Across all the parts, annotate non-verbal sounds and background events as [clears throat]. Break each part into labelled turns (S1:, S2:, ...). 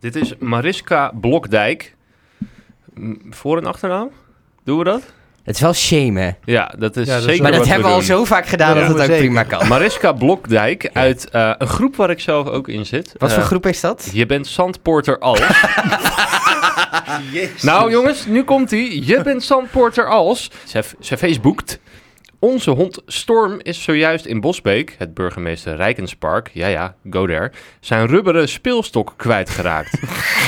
S1: Dit is Mariska Blokdijk. M, Voor- en achternaam? Doen we dat?
S2: Het is wel shame, hè?
S1: Ja, dat is
S3: Ja, dat is
S1: zeker
S2: Maar
S3: wat
S2: dat
S1: we
S2: hebben we al
S1: doen.
S2: zo vaak gedaan
S3: Ja,
S2: dat het ook
S3: zeker.
S2: prima kan.
S1: Mariska Blokdijk uit eh, een groep waar ik zelf ook in zit.
S2: Wat voor
S1: Eh,
S2: groep is dat?
S1: Je bent Zandporter [laughs] als. nou jongens, nu komt hij. Je bent Zandporter als. Ze, ze facebookt. Onze hond Storm is zojuist in Bosbeek, het burgemeester Rijkenspark, ja ja, go there, zijn rubberen speelstok kwijtgeraakt.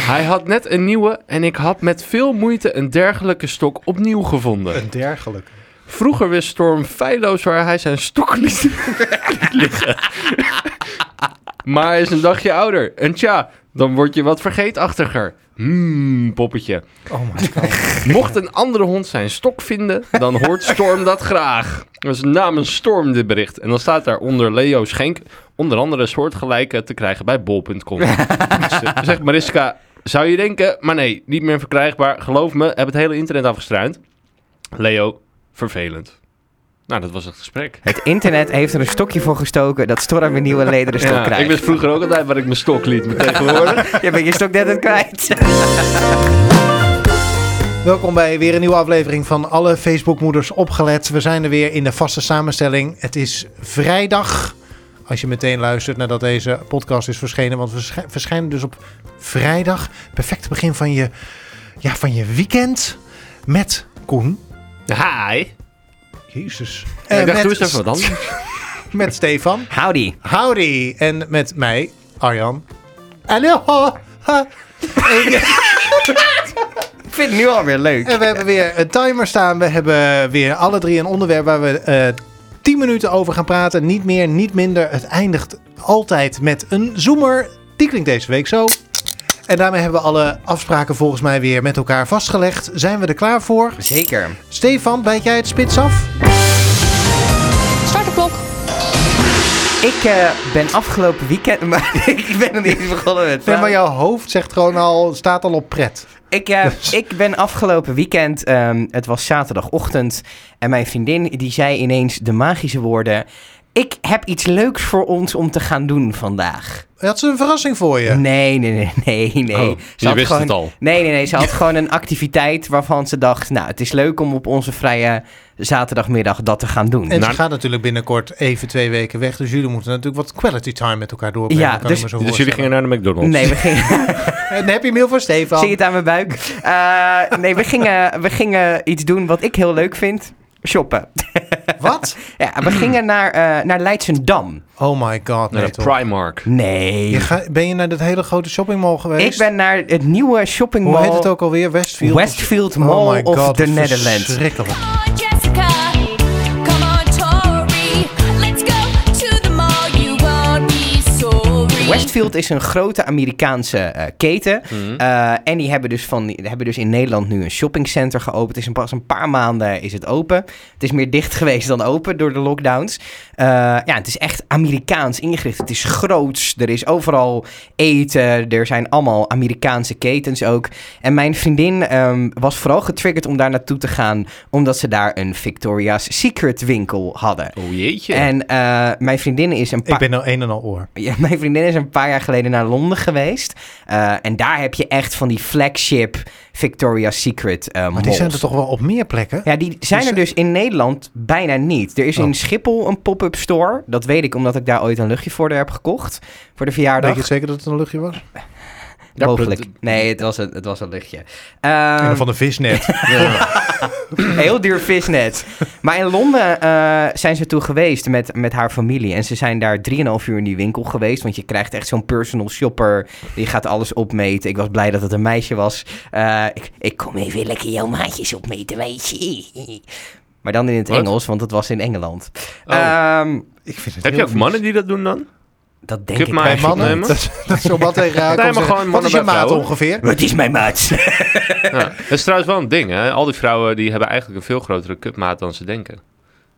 S1: Hij had net een nieuwe en ik had met veel moeite een dergelijke stok opnieuw gevonden.
S3: Een dergelijke.
S1: Vroeger wist Storm feilloos waar hij zijn stok liet [laughs] liggen. maar hij is een dagje ouder. En tja, dan word je wat vergeetachtiger. Hmm, poppetje.
S3: Oh my god.
S1: Mocht een andere hond zijn stok vinden, dan hoort Storm dat graag. Dat is namens Storm dit bericht. En dan staat daaronder Leo Schenk onder andere soortgelijke te krijgen bij
S3: [laughs]
S1: bol.com. Z- Zegt Mariska, zou je denken, maar nee, niet meer verkrijgbaar. Geloof me, heb het hele internet afgestruind. Leo, vervelend. Nou, dat was het gesprek.
S2: Het internet heeft er een stokje voor gestoken dat Storm een nieuwe lederen stok
S1: Ja,
S2: krijgt.
S1: ik wist vroeger ook altijd waar ik mijn stok liet, maar tegenwoordig.
S2: Je bent je stok net aan het
S3: [laughs]
S2: kwijt.
S3: Welkom bij weer een nieuwe aflevering van alle Facebookmoeders opgelet. We zijn er weer in de vaste samenstelling. Het is vrijdag. Als je meteen luistert nadat deze podcast is verschenen. Want we sche- verschijnen dus op vrijdag. Perfect begin van je, ja, van je weekend. Met Koen.
S1: Hi.
S3: Jezus.
S1: ik dacht,
S3: met,
S1: doe eens even wat anders.
S3: met Stefan.
S2: Howdy.
S3: Howdy. En met mij, Arjan. Hallo. Ha.
S2: Ik vind het nu alweer leuk.
S3: En we hebben weer een timer staan. We hebben weer alle drie een onderwerp waar we eh 10 minuten over gaan praten. Niet meer, niet minder. Het eindigt altijd met een zoomer. Die klinkt deze week zo. En daarmee hebben we alle afspraken volgens mij weer met elkaar vastgelegd. Zijn we er klaar voor?
S2: Zeker.
S3: Stefan, bijt jij het spits af?
S4: Start de klok.
S2: Ik eh, ben afgelopen weekend... [laughs] Maar ik ben nog niet eens begonnen met
S3: Nee, maar
S2: praten.
S3: jouw hoofd zegt gewoon al, staat al op pret.
S2: Ik,
S3: [laughs]
S2: eh, ik ben afgelopen weekend, ehm, het was zaterdagochtend, en mijn vriendin die zei ineens de magische woorden: Ik heb iets leuks voor ons om te gaan doen vandaag.
S3: Dat is een verrassing voor je.
S2: Nee, nee, [laughs] nee, nee, nee.
S1: Oh,
S2: Ze had
S1: je wist
S2: gewoon-
S1: het al.
S2: Nee, nee, nee. Ze had gewoon een activiteit waarvan ze dacht: Nou, het is leuk om op onze vrije zaterdagmiddag dat te gaan doen.
S3: En
S1: Nou,
S3: ze gaat natuurlijk binnenkort even twee weken weg. Dus jullie moeten natuurlijk wat quality time met elkaar doorbrengen.
S2: Ja,
S3: kan ik
S2: dus-
S3: me zo
S1: Dus jullie
S3: voorstellen.
S1: gingen naar de McDonald's.
S2: Nee, we gingen.
S3: [laughs] Een happy meal voor Stefan.
S2: Zie je het aan mijn buik? Eh, nee, we gingen, we gingen iets doen wat ik heel leuk vind: shoppen.
S3: Wat?
S2: Ja, we gingen naar, eh, naar Leidsendam.
S3: Oh my god,
S1: Naar de
S3: nee toch.
S1: Primark.
S2: Nee.
S3: Je ga- ben je naar dat hele grote shoppingmall geweest?
S2: Ik ben naar het nieuwe shopping
S3: Hoe
S2: mall.
S3: heet het ook alweer? Westfield? Oh
S2: Westfield Mall of the Netherlands.
S3: Verschrikkelijk.
S4: Jessica, come on Tori. Let's go to the mall, you won't be sorry.
S2: Westfield is een grote Amerikaanse eh, keten.
S3: Mhm.
S2: Eh, en die hebben, dus van, die hebben dus in Nederland nu een shoppingcenter geopend. Het is een, pas een paar maanden is het open. Het is meer dicht [laughs] geweest dan open door de lockdowns. Eh, ja, het is echt Amerikaans ingericht. Het is groots. Er is overal eten. Er zijn allemaal Amerikaanse ketens ook. En mijn vriendin ehm, was vooral getriggerd om daar naartoe te gaan. Omdat ze daar een Victoria's Secret winkel hadden.
S1: Oh jeetje.
S2: En eh, mijn vriendin is een paar...
S3: Ik ben nou een en al oor.
S2: Ja, [laughs] mijn vriendin is een paar jaar geleden naar Londen geweest. Eh, en daar heb je echt van die flagship Victoria's Secret eh
S3: Maar die
S2: malls.
S3: zijn er toch wel op meer plekken?
S2: Ja, die zijn er
S3: zijn-
S2: dus in Nederland bijna niet. Er is
S3: Oh.
S2: in Schiphol een pop-up store. Dat weet ik omdat ik daar ooit een luchtje voor haar heb gekocht. Voor de verjaardag.
S3: Weet je zeker dat het een luchtje was?
S1: Daar
S2: Mogelijk.
S1: put-
S2: Nee, het was een, het was een luchtje.
S3: Een
S2: Ehm,
S3: van de
S2: [laughs]
S3: visnet.
S2: Heel duur visnet. Maar in Londen eh, zijn ze toe geweest met, met haar familie. En ze zijn daar 3,5 uur in die winkel geweest. Want je krijgt echt zo'n personal shopper. Die gaat alles opmeten. Ik was blij dat het een meisje was. Eh, ik, ik kom even lekker jouw maatjes opmeten, weet je. Maar dan in het
S1: Wat?
S2: Engels, want het was in Engeland.
S1: Oh.
S2: Ehm,
S3: Ik vind
S1: Heb
S3: het
S1: je
S3: heel
S1: ook
S3: vies.
S1: mannen die dat doen dan?
S2: dat denk
S1: Kip
S2: ik
S1: mij.
S3: Bij
S2: eigenlijk
S3: mannen?
S1: Opnemen?
S3: Dat, dat is zo wat tegen
S1: Nee,
S3: haar komt
S1: maar
S3: zeggen,
S1: gewoon
S3: Wat is je
S1: mannen bij
S3: maat
S1: vrouwen.
S3: ongeveer?
S2: niet. Wat is mijn
S1: [laughs]
S2: maat?
S1: Ja, dat is trouwens wel een ding. Hè? Al die vrouwen die hebben eigenlijk een veel grotere cupmaat dan ze denken.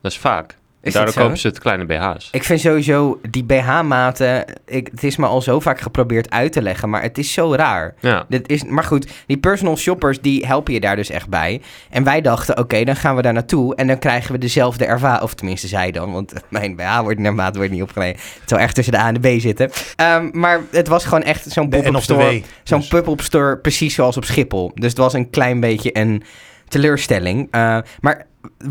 S1: Dat is vaak.
S2: Is
S1: Daardoor
S2: dat zo?
S1: kopen ze het kleine BH's.
S2: Ik vind sowieso die BH-maten. ik- Het is me al zo vaak geprobeerd uit te leggen, maar het is zo raar.
S1: Ja.
S2: Dit is, maar goed, die personal shoppers die helpen je daar dus echt bij. En wij dachten, oké, dan gaan we daar naartoe en dan krijgen we dezelfde ervaring. Of tenminste, zij dan, want [laughs] mijn BH wordt naar maat wordt niet opgeleid. Terwijl echt tussen de A en de B zitten. Ehm, maar het was gewoon echt zo'n
S3: De N
S2: pop-up
S3: of de
S2: store.
S3: W,
S2: Zo'n
S3: dus.
S2: pop-up store, precies zoals op Schiphol. Dus het was een klein beetje een teleurstelling. Eh, maar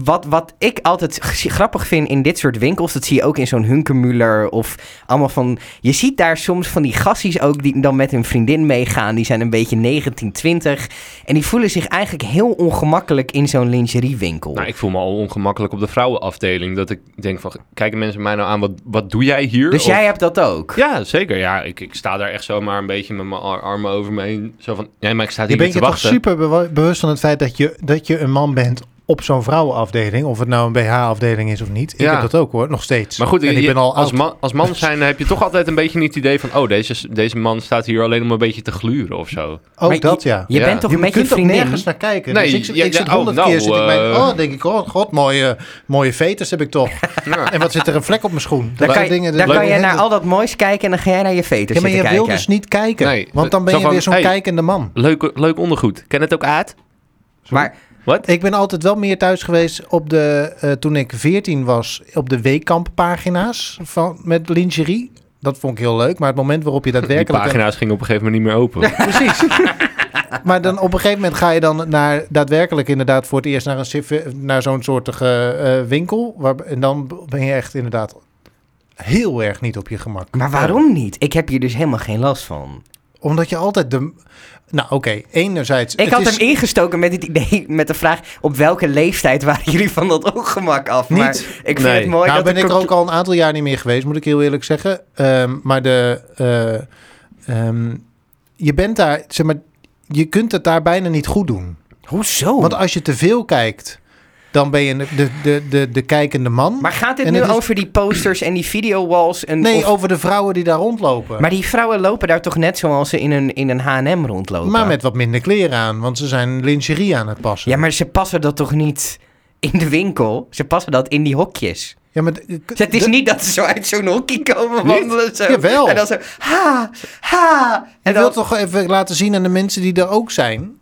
S2: wat, wat ik altijd g- grappig vind in dit soort winkels, dat zie je ook in zo'n Hunkermuller of allemaal van... Je ziet daar soms van die gassies ook die dan met hun vriendin meegaan. Die zijn een beetje 19, 20. En die voelen zich eigenlijk heel ongemakkelijk in zo'n lingeriewinkel.
S1: Nou, ik voel me al ongemakkelijk op de vrouwenafdeling. Dat ik denk van, kijken mensen mij nou aan, wat, wat doe jij hier?
S2: dus
S1: Of-
S2: jij hebt dat ook?
S1: Ja, zeker. Ja, ik, ik sta daar echt zomaar een beetje met mijn ar- armen over me heen. Zo van, nee, maar ik sta
S3: Je
S1: hier niet te
S3: bent je toch
S1: wachten.
S3: super bewa- bewust van het feit dat je, dat je een man bent op zo'n vrouwenafdeling. Of het nou een BH-afdeling is of niet. Ik
S1: Ja.
S3: heb dat ook hoor, nog steeds.
S1: Maar goed,
S3: en ik
S1: je-
S3: ben al
S1: als,
S3: oud.
S1: man, als man zijn heb je toch altijd een beetje niet het idee van... oh, deze, deze man staat hier alleen om een beetje te gluren of zo.
S3: Ook
S2: Maar
S3: dat
S2: je-
S3: ja.
S2: Je
S1: Ja.
S2: bent toch
S3: Je
S2: met je
S3: kunt ook
S2: vriendin?
S3: nergens naar kijken.
S1: Nee,
S3: dus ik, zit-
S1: ja,
S3: ik
S1: ja,
S3: zit
S1: oh,
S3: honderd
S1: nou,
S3: keer, zit ik mijn,
S1: eh.
S3: oh, denk ik, oh god, mooie, mooie vetus heb ik
S1: [laughs]
S3: toch.
S1: Ja.
S3: En wat zit er een vlek op mijn schoen? Dat
S2: Daar kan,
S3: soort
S2: je,
S3: dingen,
S2: daar
S3: dat-
S2: kan je
S3: dat-
S2: naar al dat moois kijken en dan ga jij naar je veters
S3: Ja, maar je
S2: zitten
S3: wil
S2: kijken.
S3: dus niet kijken.
S1: Nee, eh,
S3: want dan ben
S1: zo
S3: je
S1: van,
S3: weer zo'n
S1: hey.
S3: kijkende man.
S1: Leuk, leuk ondergoed. Ken het ook uit?
S2: Maar
S1: Wat?
S3: Ik ben altijd wel meer thuis geweest op de, eh, toen ik 14 was, op de weekkamppagina's van, met lingerie. Dat vond ik heel leuk, maar het moment waarop je
S1: Die
S3: daadwerkelijk...
S1: pagina's gingen op een gegeven moment niet meer open.
S3: Precies. maar dan op een gegeven moment ga je dan naar, daadwerkelijk inderdaad voor het eerst naar, een, civ- naar zo'n soortige eh, winkel. Waar, en dan ben je echt inderdaad heel erg niet op je gemak.
S2: Maar waarom niet? Ik heb hier dus helemaal geen last van.
S3: Oh, Omdat je altijd de... Nou oké, enerzijds...
S2: Ik
S3: het
S2: had
S3: is-
S2: hem ingestoken met het idee, met de vraag... op welke leeftijd waren jullie van dat ongemak af? Maar
S3: Niet.
S2: ik vind
S1: Nee.
S2: het mooi
S3: nou
S2: dat
S3: ben
S2: de
S3: ik er
S2: conc-
S3: ook al een aantal jaar niet meer geweest, moet ik heel eerlijk zeggen. Ehm, maar de, eh, ehm, je bent daar, zeg maar, je kunt het daar bijna niet goed doen.
S2: Hoezo?
S3: Want als je te veel kijkt, dan ben je de, de, de, de, de kijkende man.
S2: maar gaat dit
S3: En
S2: nu
S3: het is-
S2: over die posters en die videowalls? En
S3: nee, oh-
S2: of-
S3: over de vrouwen die daar rondlopen.
S2: Maar die vrouwen lopen daar toch net zoals ze in een, in een H&M rondlopen?
S3: Maar met wat minder kleren aan, want ze zijn lingerie aan het passen.
S2: Ja, maar ze passen dat toch niet in de winkel? Ze passen dat in die hokjes.
S3: Ja, maar de-
S2: Dus het is
S3: de-
S2: niet dat ze zo uit zo'n hokje komen wandelen. Zo.
S3: Jawel.
S2: En dan zo, ha, ha.
S3: Je
S2: En
S3: wilt
S2: dan,
S3: toch even laten zien aan de mensen die er ook zijn.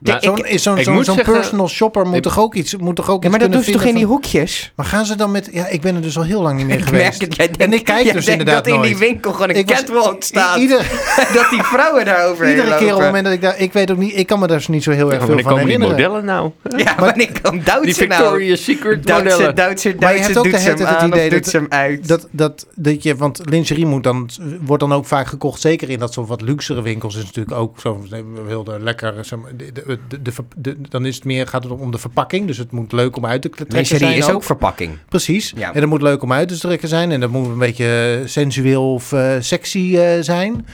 S1: Nou,
S3: Zo'n is zo'n
S1: ik
S3: zo'n
S1: moet
S3: zo'n
S1: zeggen-
S3: personal shopper moet
S1: ik-
S3: toch ook iets, moet toch ook
S2: ja, maar
S3: iets
S2: dat doen
S3: kunnen
S2: ze toch in
S3: vinden
S2: die
S3: van-
S2: hokjes?
S3: Maar gaan ze dan met... Ja, ik ben er dus al heel lang niet meer
S2: [laughs] Ik
S3: geweest.
S2: merk het, jij denkt-
S3: en ik
S2: [laughs]
S3: kijk
S2: jij
S3: dus
S2: denkt
S3: inderdaad
S2: dat in
S3: nooit.
S2: die winkel gewoon een
S3: Ik was-
S2: catwalk staat.
S3: I- ieder-
S2: [laughs] dat die vrouwen daarover
S3: iedere keer op het moment dat ik daar... Ik weet ook niet... Ik kan me daar dus niet zo heel erg
S1: Ja,
S3: veel
S1: wanneer
S3: van
S1: komen die
S3: herinneren.
S1: modellen nou?
S2: Ja, maar ik kan
S1: Die
S2: Duitse nou.
S1: Victoria's Secret
S2: Duitse,
S1: modellen.
S2: Duitse,
S3: Maar je
S2: Duitse
S3: hebt ook de
S2: doet ze
S3: hele
S2: hem
S3: tijd
S2: aan
S3: het
S2: of
S3: idee
S2: doet
S3: dat-
S2: ze hem uit.
S3: Dat, dat, dat je, want lingerie moet dan, wordt dan ook vaak gekocht. Zeker in dat soort wat luxere winkels is natuurlijk ook zo. We wilden lekker. zeg maar, de- de- de- de- de- Dan is het meer, gaat het om de verpakking. Dus het moet leuk om uit te trekken. zijn
S2: verpakking.
S3: Precies.
S2: Ja.
S3: En dat moet leuk om uit te trekken zijn. En dat moet een beetje eh, sensueel of eh, sexy eh, zijn.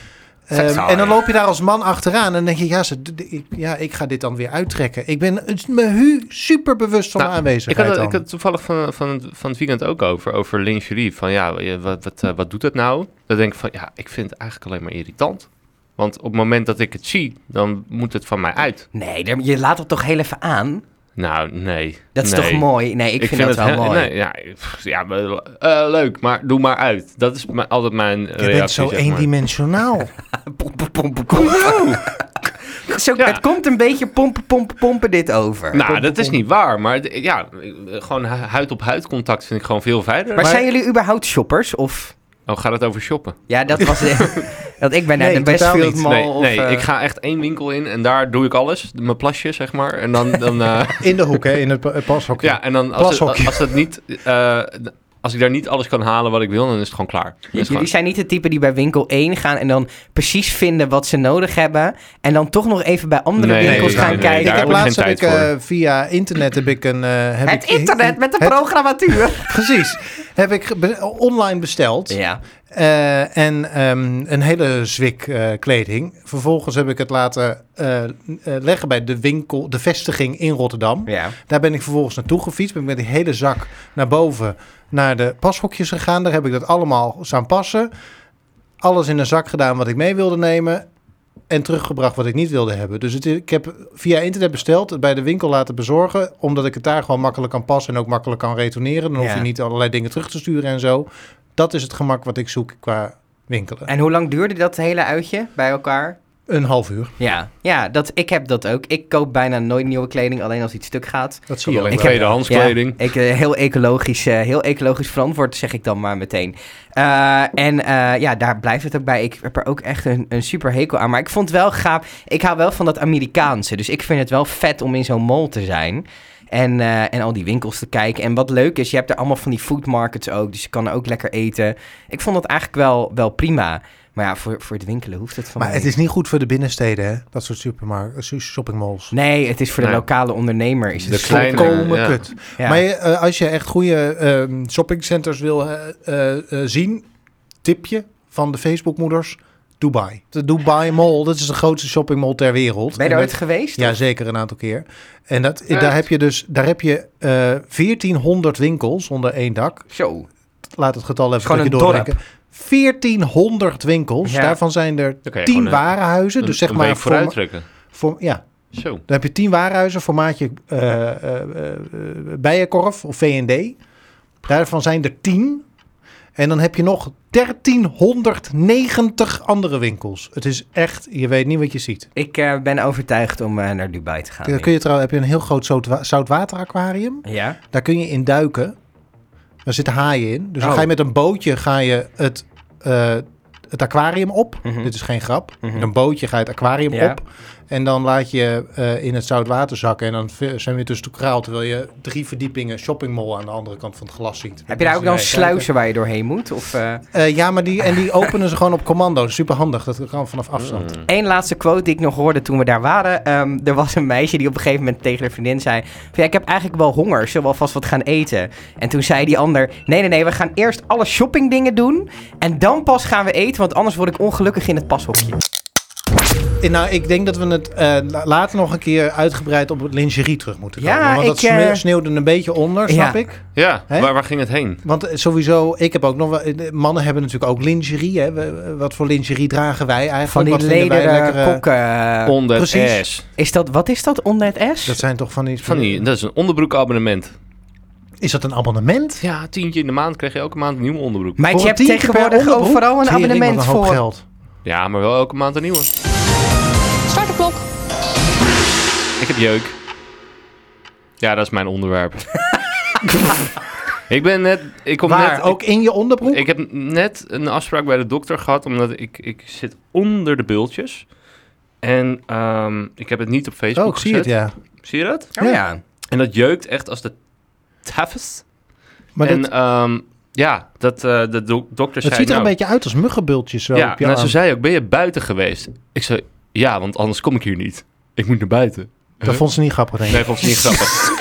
S3: Ehm,
S2: Sexy.
S3: en dan loop je daar als man achteraan en dan denk je, ja, ze, d- d- ik, ja ik ga dit dan weer uittrekken. Ik ben het is me hu super bewust van
S1: Nou,
S3: mijn
S1: Ik
S3: aanwezigheid.
S1: had, het-
S3: dan.
S1: ik had het toevallig van, van, het- van het weekend ook over, over lingerie. Van ja, je- wat, wat, eh, wat doet dat nou? Dan denk ik van ja, ik vind het eigenlijk alleen maar irritant. Want op het moment dat ik het zie, dan moet het van mij uit.
S2: Nee, daar- je laat dat toch heel even aan?
S1: Nou, nee.
S2: Dat is
S1: nee.
S2: toch mooi? Nee, ik, vind, dat
S1: het
S2: wel
S1: he-
S2: mooi.
S1: nee, ja, pff, ja maar, eh, leuk, maar doe maar uit. Dat is mijn- altijd mijn
S3: je
S1: reactie.
S3: bent zo
S1: zeg maar.
S3: eendimensionaal.
S2: [laughs] Pompen, pompen, pompen. [laughs] Zo,
S1: Ja.
S2: Het komt een beetje pompen, pompen, pompen dit over.
S1: Nou, dat is niet waar, maar d- ja, eh, gewoon hu- huid-op-huid contact vind ik gewoon veel verder.
S2: maar,
S3: maar-
S2: zijn jullie überhaupt shoppers? Of...
S1: Oh, gaat het over shoppen?
S2: Ja,
S1: [laughs]
S2: dat was... [laughs] Want ik ben naar
S3: Nee,
S2: de
S3: totaal
S2: Westfield
S3: niet.
S2: Mall
S1: nee,
S2: of,
S1: nee
S2: eh,
S1: ik ga echt één winkel in en daar doe ik alles. Mijn plasje, zeg maar. En dan, dan, [laughs] eh,
S3: In de hoek, hè, in het pa- het pashokje.
S1: ja, en dan als, het,
S3: Plashokje.
S1: als dat niet... eh, als ik daar niet alles kan halen wat ik wil, dan is het gewoon klaar. Dan is het
S2: Dus Jullie
S1: gewoon-
S2: zijn niet de type die bij winkel 1 gaan en dan precies vinden wat ze nodig hebben. En dan toch nog even bij andere
S1: Nee,
S2: winkels
S1: nee,
S2: gaan
S1: nee,
S2: kijken.
S1: daar
S3: ik
S1: heb
S3: heb
S1: ik
S3: laatst
S1: geen
S3: heb ik,
S1: tijd
S3: eh, via internet heb ik een... eh, heb
S2: het
S3: ik-
S2: internet met de
S3: het- [laughs]
S2: programmatuur.
S3: Precies. Heb ik ge- be- online besteld.
S2: Ja.
S3: Eh, en ehm, een hele zwik eh, kleding. Vervolgens heb ik het laten eh, eh, leggen bij de winkel, de vestiging in Rotterdam.
S2: ja.
S3: Daar ben ik vervolgens naartoe gefietst. Ben ik met die hele zak naar boven naar de pashokjes gegaan. Daar heb ik dat allemaal staan passen. Alles in een zak gedaan wat ik mee wilde nemen. en teruggebracht wat ik niet wilde hebben. Dus het, ik heb via internet besteld, het bij de winkel laten bezorgen, omdat ik het daar gewoon makkelijk kan passen en ook makkelijk kan retourneren. Dan hoef
S2: Ja.
S3: je niet allerlei dingen terug te sturen en zo. Dat is het gemak wat ik zoek qua winkelen.
S2: En hoe lang duurde dat hele uitje bij elkaar?
S3: Een half uur.
S2: Ja, ja dat, ik heb dat ook. Ik koop bijna nooit nieuwe kleding, alleen als iets stuk gaat.
S3: Dat
S1: Kan
S3: zie je
S1: alleen
S3: ook.
S2: heb-
S1: tweedehands
S2: Ja,
S1: kleding.
S2: ik, eh, heel, ecologisch, eh, heel ecologisch verantwoord, zeg ik dan maar meteen. Eh, en eh, ja, daar blijft het ook bij. Ik heb er ook echt een, een super hekel aan. Maar ik vond het wel gaaf. Ik hou wel van dat Amerikaanse. Dus ik vind het wel vet om in zo'n mall te zijn. En, eh, en al die winkels te kijken. En wat leuk is, je hebt er allemaal van die food markets ook. Dus je kan er ook lekker eten. Ik vond dat eigenlijk wel, wel prima. Maar ja, voor, voor het winkelen hoeft het van
S3: Maar
S2: mij
S3: het is niet goed voor de binnensteden, hè? dat soort supermarkten, shoppingmalls.
S2: Nee, het is voor de
S1: Nee.
S2: lokale ondernemer. Is het
S1: De
S2: zo-
S1: kleine-
S3: Volkomen
S1: ja.
S3: kut.
S2: Ja.
S3: Maar je, eh, als je echt goede ehm, shoppingcenters wil eh, eh, eh, zien, tipje van de Facebookmoeders, Dubai. De Dubai Mall, dat is de grootste shoppingmall ter wereld.
S2: ben je er
S3: En dat-
S2: ooit geweest?
S3: Ja, zeker een aantal keer. En dat, daar heb je dus daar heb je, eh 1400 winkels onder één dak.
S2: Zo.
S3: Laat het getal even
S2: Gewoon
S3: een keer
S2: een dorp.
S3: doorrekenen. 1400 winkels.
S2: Ja.
S3: Daarvan zijn er
S1: Dan kan je
S3: 10
S1: gewoon een-
S3: warenhuizen.
S1: Een-
S3: dus zeg
S1: een
S3: maar
S1: week
S3: voor-
S1: vooruit trekken.
S3: voor, ja,
S1: Zo.
S3: dan heb je tien warenhuizen, formaatje eh, eh, eh, eh, Bijenkorf of VND. Daarvan zijn er tien. En dan heb je nog 1390 andere winkels. Het is echt, je weet niet wat je ziet.
S2: Ik eh, ben overtuigd om eh, naar Dubai te gaan.
S3: Daar kun je trouwens, heb je een heel groot zoutwa- zoutwateraquarium.
S2: Ja?
S3: Daar kun je in duiken. Daar zitten haaien in. Dus dan
S2: Oh.
S3: ga je met een bootje ga je het, eh, het aquarium op.
S2: Mhm.
S3: Dit is geen grap.
S2: Mhm.
S3: Met een bootje ga je het aquarium
S2: Ja.
S3: op. En dan laat je eh, in het zout water zakken. En dan v- zijn we dus te kraal. Terwijl je drie verdiepingen shoppingmall aan de andere kant van het glas ziet.
S2: Heb je daar ook dan
S3: Mensen
S2: sluizen waar je doorheen moet? Of, eh
S3: kijken. Eh, ja, maar die, en die openen ze gewoon op commando. Super handig. Dat kan vanaf afstand.
S2: Eén laatste quote die ik nog hoorde toen we daar waren. Ehm, er was een meisje die op een gegeven moment tegen haar vriendin zei... "Van, Ja, ik heb eigenlijk wel honger, zullen we alvast wat gaan eten? En toen zei die ander... Nee, nee, nee, we gaan eerst alle shoppingdingen doen... en dan pas gaan we eten, want anders word ik ongelukkig in het pashokje.
S3: Eh, Nou, ik denk dat we het eh, la- later nog een keer uitgebreid op het lingerie terug moeten
S2: Ja,
S3: komen. want dat
S2: ik, eh,
S3: sme- sneeuwde een beetje onder, snap
S2: Ja.
S3: ik.
S1: Ja,
S3: Hè?
S1: waar, waar ging het heen?
S3: Want eh, sowieso, ik heb ook nog wel. eh, Mannen hebben natuurlijk ook lingerie. Hè? We- we- Wat voor lingerie dragen wij eigenlijk?
S2: Van die
S3: Wat vinden wij lekker,
S2: lederen
S3: eh,
S2: kokken...
S1: On that
S3: precies.
S1: ass.
S2: Is dat, wat is dat, onnet S?
S3: Dat zijn toch van die,
S1: Van die, dat is een onderbroekabonnement.
S3: Is dat een abonnement?
S1: Ja, tientje in de maand krijg je elke maand een nieuwe onderbroek.
S2: Meid, je
S3: Voor
S2: hebt
S3: een tientje per
S2: tegenwoordig
S3: onderbroek?
S2: overal een
S3: Tering, wat
S2: abonnement
S3: hoop
S2: voor.
S3: Geld.
S1: Ja, maar wel elke maand een nieuwe.
S4: Start de klok.
S1: Ik heb jeuk. Ja, dat is mijn onderwerp.
S3: [laughs]
S1: ik ben net... Ik kom
S3: Waar?
S1: net...
S3: ook in je onderbroek?
S1: Ik heb net een afspraak bij de dokter gehad, omdat ik, ik zit onder de bultjes. En ehm, ik heb het niet op Facebook
S3: oh, ik
S1: gezet.
S3: zie het, ja.
S1: Zie je dat?
S2: Oh ja.
S1: En dat jeukt echt als de tafes.
S3: Maar
S1: en
S3: dat,
S1: ehm, ja, dat, eh, de do- dokter
S3: het
S1: zei...
S3: ziet er
S1: nou,
S3: een beetje uit als muggenbultjes zo
S1: Ja,
S3: op je
S1: nou,
S3: arm.
S1: ze zei ook, ben je buiten geweest? Ik zei, ja, want anders kom ik hier niet. Ik moet naar buiten.
S3: Dat vond ze niet grappig, denk ik.
S1: Nee, vond ze niet grappig.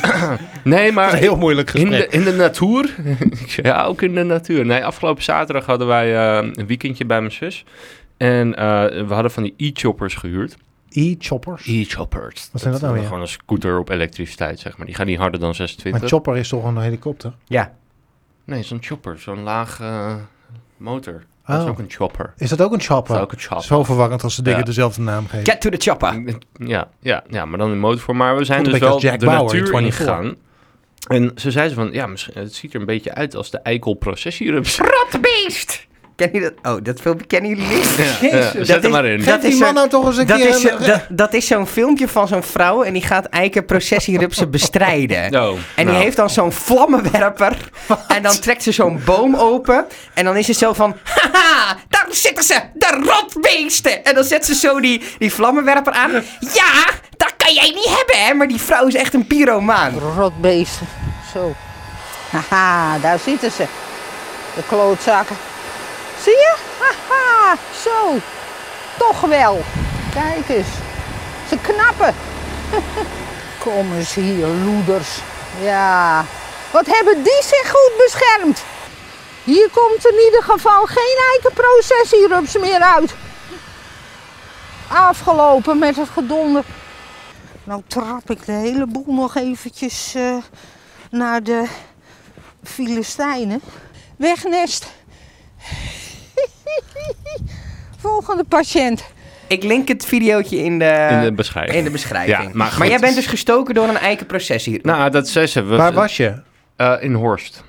S3: [laughs]
S1: nee, maar...
S3: Dat is een heel moeilijk
S1: In de,
S3: gesprek.
S1: in de natuur? [laughs] ja, ook in de natuur. Nee, afgelopen zaterdag hadden wij eh, een weekendje bij mijn zus. En eh, we hadden van die e-choppers gehuurd.
S3: E-choppers.
S1: E-choppers.
S3: Wat zijn dat nou weer?
S1: Gewoon een scooter op elektriciteit, zeg maar. Die gaan niet harder dan
S3: Maar
S1: 26.
S3: chopper is toch een helikopter?
S2: Ja.
S1: nee, zo'n chopper. Zo'n laag eh, motor. Dat
S3: Oh.
S1: is ook een chopper.
S3: Is dat ook een chopper?
S1: Dat is ook een chopper.
S3: Zo verwarrend als ze dingen
S1: Ja.
S3: dezelfde naam geven.
S2: Get to the chopper.
S1: Ja, ja, ja, maar dan in motorvorm. Maar we zijn
S3: Voelt
S1: dus
S3: een beetje
S1: wel
S3: als Jack
S1: de
S3: Bauer in
S1: natuur
S3: 24.
S1: ingegaan. En ze zei ze van, ja, misschien, het ziet er een beetje uit als de eikel processierups.
S2: Rotbeest! Kennen jullie dat? Oh, dat filmpje kennen jullie niet?
S1: Ja, ja,
S2: Dat
S1: zet
S2: is-
S1: hem maar in.
S3: Geef
S2: dat
S3: die
S2: is
S3: man
S2: een-
S3: nou toch eens een
S2: Dat
S3: keer...
S2: is,
S3: een-
S2: dat, dat is zo'n filmpje van zo'n vrouw en die gaat eiken processierupsen bestrijden.
S1: Oh,
S2: En die
S1: nou.
S2: heeft dan zo'n vlammenwerper. En dan trekt ze zo'n boom open. En dan is het zo van... Haha, daar zitten ze! De rotbeesten! En dan zet ze zo die, die vlammenwerper aan. Ja, dat kan jij niet hebben, hè? Maar die vrouw is echt een pyromaan.
S5: Rotbeesten. Zo. Haha, daar zitten ze. De klootzakken. Zie je? Haha, zo. Toch wel. Kijk eens. Ze knappen. [laughs] Kom eens hier, loeders. Ja. Wat hebben die zich goed beschermd? Hier komt in ieder geval geen eikenprocessierups meer uit. Afgelopen met het gedonder. Nou trap ik de hele boel nog eventjes eh, naar de Filistijnen. [laughs] Wegnest. Volgende patiënt.
S2: Ik link het videootje in de,
S3: eh,
S1: in de beschrijving.
S2: in de beschrijving.
S1: Ja, maar
S2: maar
S1: goed.
S2: jij bent dus gestoken door een eikenprocessie.
S1: Nou, dat zes hebben we.
S3: Waar was je?
S1: Eh, in Horst.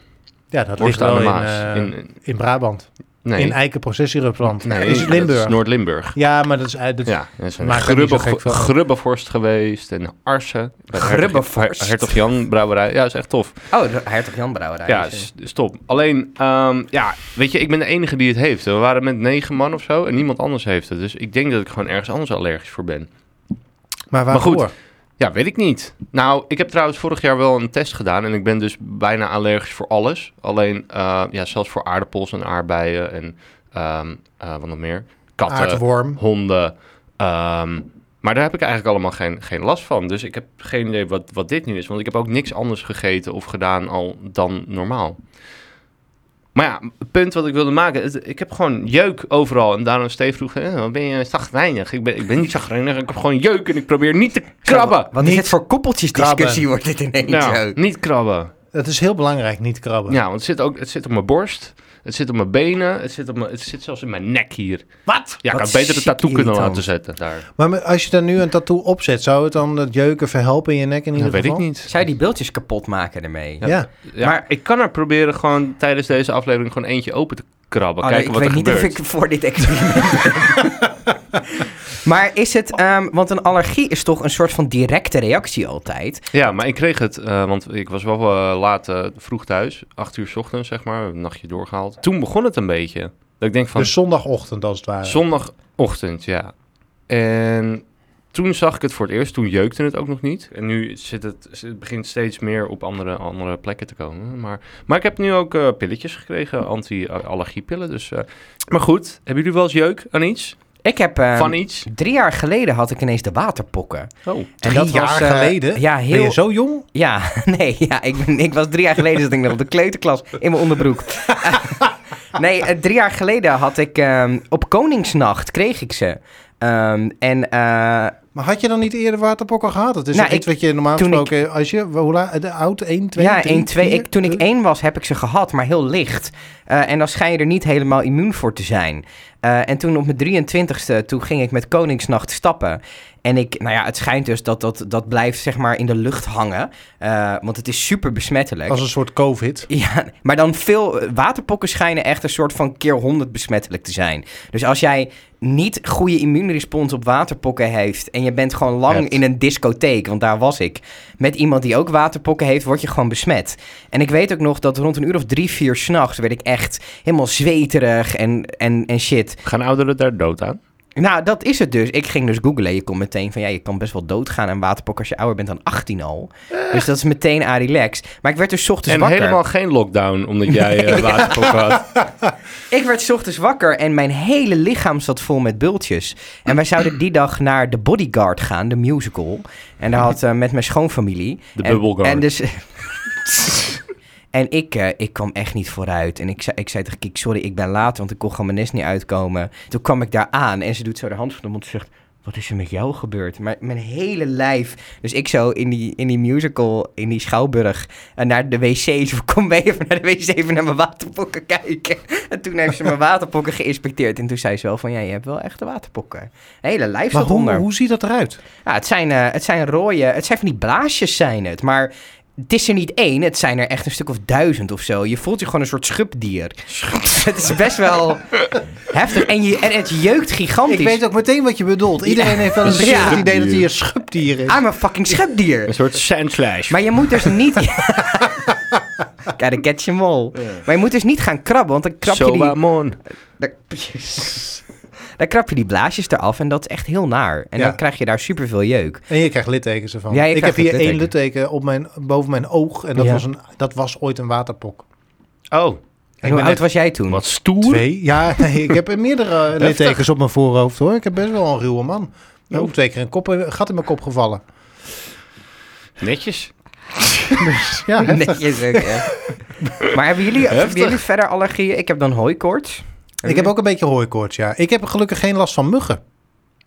S3: Ja, dat
S1: Horst
S3: ligt
S1: aan
S3: wel
S1: de
S3: in,
S1: Maas.
S3: eh,
S1: In,
S3: in, Brabant.
S1: nee.
S3: In Eikenprocessierupland.
S1: Nee,
S3: Nee, is
S1: dat
S3: Limburg.
S1: is Noord-Limburg.
S3: Ja, maar dat is... eh, dat is-
S1: Ja, dat is een
S3: Maakt er niet zo
S1: grubbig,
S3: gek van.
S1: grubbevorst geweest en Arsen. Bij de
S2: Grubbevorst?
S1: Hertog- Hertog Jan brouwerij. Ja, is echt tof.
S2: Oh, de Hertog Jan Brouwerij.
S1: Ja,
S2: is, eh,
S1: s- stop. Alleen, ehm, ja, weet je, ik ben de enige die het heeft. We waren met negen man of zo en niemand anders heeft het. Dus ik denk dat ik gewoon ergens anders allergisch voor ben.
S3: Maar
S1: Maar
S3: waarvoor?
S1: goed. Ja, weet ik niet. Nou, ik heb trouwens vorig jaar wel een test gedaan en ik ben dus bijna allergisch voor alles. Alleen, eh, ja, zelfs voor aardappels en aardbeien en ehm, eh, wat nog meer. Katten,
S3: Aardworm.
S1: honden. ehm, maar daar heb ik eigenlijk allemaal geen, geen last van. Dus ik heb geen idee wat, wat dit nu is. Want ik heb ook niks anders gegeten of gedaan al dan normaal. Maar ja, het punt wat ik wilde maken. het- ik heb gewoon jeuk overal. En daarom Steve vroeg, eh, wat ben je zagrijnig? Ik ben, ik ben niet zagrijnig. Ik heb gewoon jeuk en ik probeer niet te krabben.
S2: Wat is
S3: Niet
S2: dit voor koppeltjesdiscussie wordt dit ineens
S1: Nou,
S2: ook?
S1: niet krabben.
S3: Dat is heel belangrijk, niet krabben.
S1: Ja, want het zit, ook, het zit op mijn borst. Het zit op mijn benen. Het zit, op mijn, het zit zelfs in mijn nek hier.
S3: Wat?
S1: Ja, ik
S2: Wat
S1: had beter de
S2: ziek
S1: tattoo kunnen
S2: irritant.
S1: laten zetten daar.
S3: Maar me- als je daar nu een tattoo opzet, zou het dan dat jeuken verhelpen in je nek in ieder
S1: Dat weet ik
S3: geval?
S1: niet.
S2: Zou je die beeldjes kapot maken ermee? Oh,
S3: Ja.
S1: Ja,
S2: Maar-
S1: maar ik kan er proberen gewoon tijdens deze aflevering gewoon eentje open te krabben.
S2: Oh, nee,
S1: kijken
S2: ik
S1: wat
S2: weet
S1: er
S2: niet
S1: gebeurt.
S2: of ik voor dit experiment ben. [laughs] maar is het... ehm, want een allergie is toch een soort van directe reactie altijd.
S1: Ja, maar ik kreeg het, eh, want ik was wel eh, laat, eh, vroeg thuis. Acht uur 's ochtends, zeg maar. Een nachtje doorgehaald. Toen begon het een beetje. Dat ik denk van,
S3: Dus zondagochtend als het ware.
S1: zondagochtend, ja. En toen zag ik het voor het eerst. Toen jeukte het ook nog niet. En nu zit het, het begint steeds meer op andere, andere plekken te komen. Maar, maar ik heb nu ook eh, pilletjes gekregen. Anti-allergiepillen, dus... eh, maar goed, hebben jullie wel eens jeuk aan iets?
S2: Ik heb... ehm,
S1: Van iets?
S2: Drie jaar geleden had ik ineens de waterpokken.
S1: Oh.
S3: Drie
S2: dat
S3: jaar
S2: was, eh,
S3: geleden?
S2: Ja,
S3: Ben je
S2: heel,
S3: zo jong?
S2: Ja, [laughs] nee, ja, ik, ben, ik was drie jaar geleden zat ik nog op de kleuterklas in mijn onderbroek. [laughs] nee, eh, drie jaar geleden had ik ehm, op Koningsnacht kreeg ik ze. Ehm, en eh,
S3: Maar had je dan niet eerder waterpokken gehad? Het is
S2: Nou,
S3: toch iets
S2: ik-
S3: wat je normaal
S2: toen ik-
S3: gesproken... als je, hoe laat, de oud, 1, 2,
S2: ja,
S3: 3,
S2: één, twee.
S3: 4?
S2: Ik, toen ik één was, heb ik ze gehad, maar heel licht. Eh, en dan schijn je er niet helemaal immuun voor te zijn. Eh, en toen op mijn 23ste, toen ging ik met Koningsnacht stappen. En ik, nou ja, het schijnt dus dat dat, dat blijft zeg maar in de lucht hangen. Eh, want het is super besmettelijk.
S3: Als een soort covid.
S2: Ja, maar dan veel eh, waterpokken schijnen echt een soort van keer 100 besmettelijk te zijn. Dus als jij niet goede immuunrespons op waterpokken heeft en je bent gewoon lang
S1: Hebt.
S2: in een discotheek, want daar was ik, met iemand die ook waterpokken heeft, word je gewoon besmet. En ik weet ook nog dat rond een uur of drie, vier s'nachts werd ik echt helemaal zweterig en, en, en shit.
S1: Gaan ouderen daar dood aan?
S2: Nou, dat is het dus. Ik ging dus googlen. Je komt meteen van ja, je kan best wel doodgaan aan waterpokken als je ouder bent dan 18 al. Dus dat is meteen aan relax. Maar ik werd dus 's ochtends
S1: en
S2: wakker.
S1: helemaal geen lockdown, omdat jij [laughs] eh, waterpokken had.
S2: Ik werd 's ochtends wakker en mijn hele lichaam zat vol met bultjes. En wij zouden die dag naar The Bodyguard gaan, de musical. En daar had eh, met mijn schoonfamilie.
S1: De
S2: en,
S1: Bubbleguard.
S2: En dus. En ik, eh, ik kwam echt niet vooruit. En ik zei, ik zei tegen Kiek, sorry, ik ben laat, want ik kon gewoon mijn nest niet uitkomen. Toen kwam ik daar aan en ze doet zo de hand van de mond en zegt... Wat is er met jou gebeurd? Maar mijn hele lijf. Dus ik zo in die, in die musical, in die schouwburg, en naar de wc's. [laughs] Of kom mee even naar de wc's, even naar mijn waterpokken kijken. En toen heeft ze mijn waterpokken geïnspecteerd. En toen zei ze wel van, ja, je hebt wel echte waterpokken. Mijn hele lijf
S3: Maar
S2: zat
S3: hoe,
S2: onder.
S3: hoe ziet dat eruit?
S2: Ja, het zijn, eh, het zijn rode, het zijn van die blaasjes zijn het, maar het is er niet één, het zijn er echt een stuk of duizend of zo. Je voelt je gewoon een soort schubdier. [laughs] het is best wel heftig en, je, en het jeukt gigantisch.
S3: Ik weet ook meteen wat je bedoelt. Iedereen
S2: [laughs]
S3: heeft wel eens
S2: Ja.
S3: het idee dat hij een schubdier is.
S2: I'm a fucking
S1: Een
S2: schubdier.
S1: soort sandslash.
S2: Maar je moet dus niet... [laughs] Gotta catch 'em all. Maar je moet dus niet gaan krabben, want dan krab je die...
S1: mon.
S2: Dan, dan krab je die blaasjes eraf en dat is echt heel naar. En
S3: Ja.
S2: dan krijg je daar superveel jeuk.
S3: En je krijgt littekens ervan.
S2: Ja, je
S3: ik heb
S2: krijgt
S3: hier
S2: ook
S3: één litteken op mijn, boven mijn oog. En dat,
S2: Ja.
S3: was een, dat was ooit een waterpok.
S1: Oh,
S2: En hoe
S3: ben
S2: oud
S3: net
S2: was jij toen?
S1: wat stoer.
S3: Twee? Ja, [laughs] nee, ik heb meerdere littekens op mijn voorhoofd hoor. Ik heb best wel een ruwe man.
S2: Oh.
S3: Ik heb ook twee keer een, kop, een gat in mijn kop gevallen.
S1: Netjes.
S2: [laughs]
S3: Ja, hè?
S2: Netjes ook, hè. Maar hebben jullie, hebben jullie verder allergieën? Ik heb dan hooikoorts.
S3: ik heb ook een beetje hooikoorts, ja. Ik heb gelukkig geen last van muggen.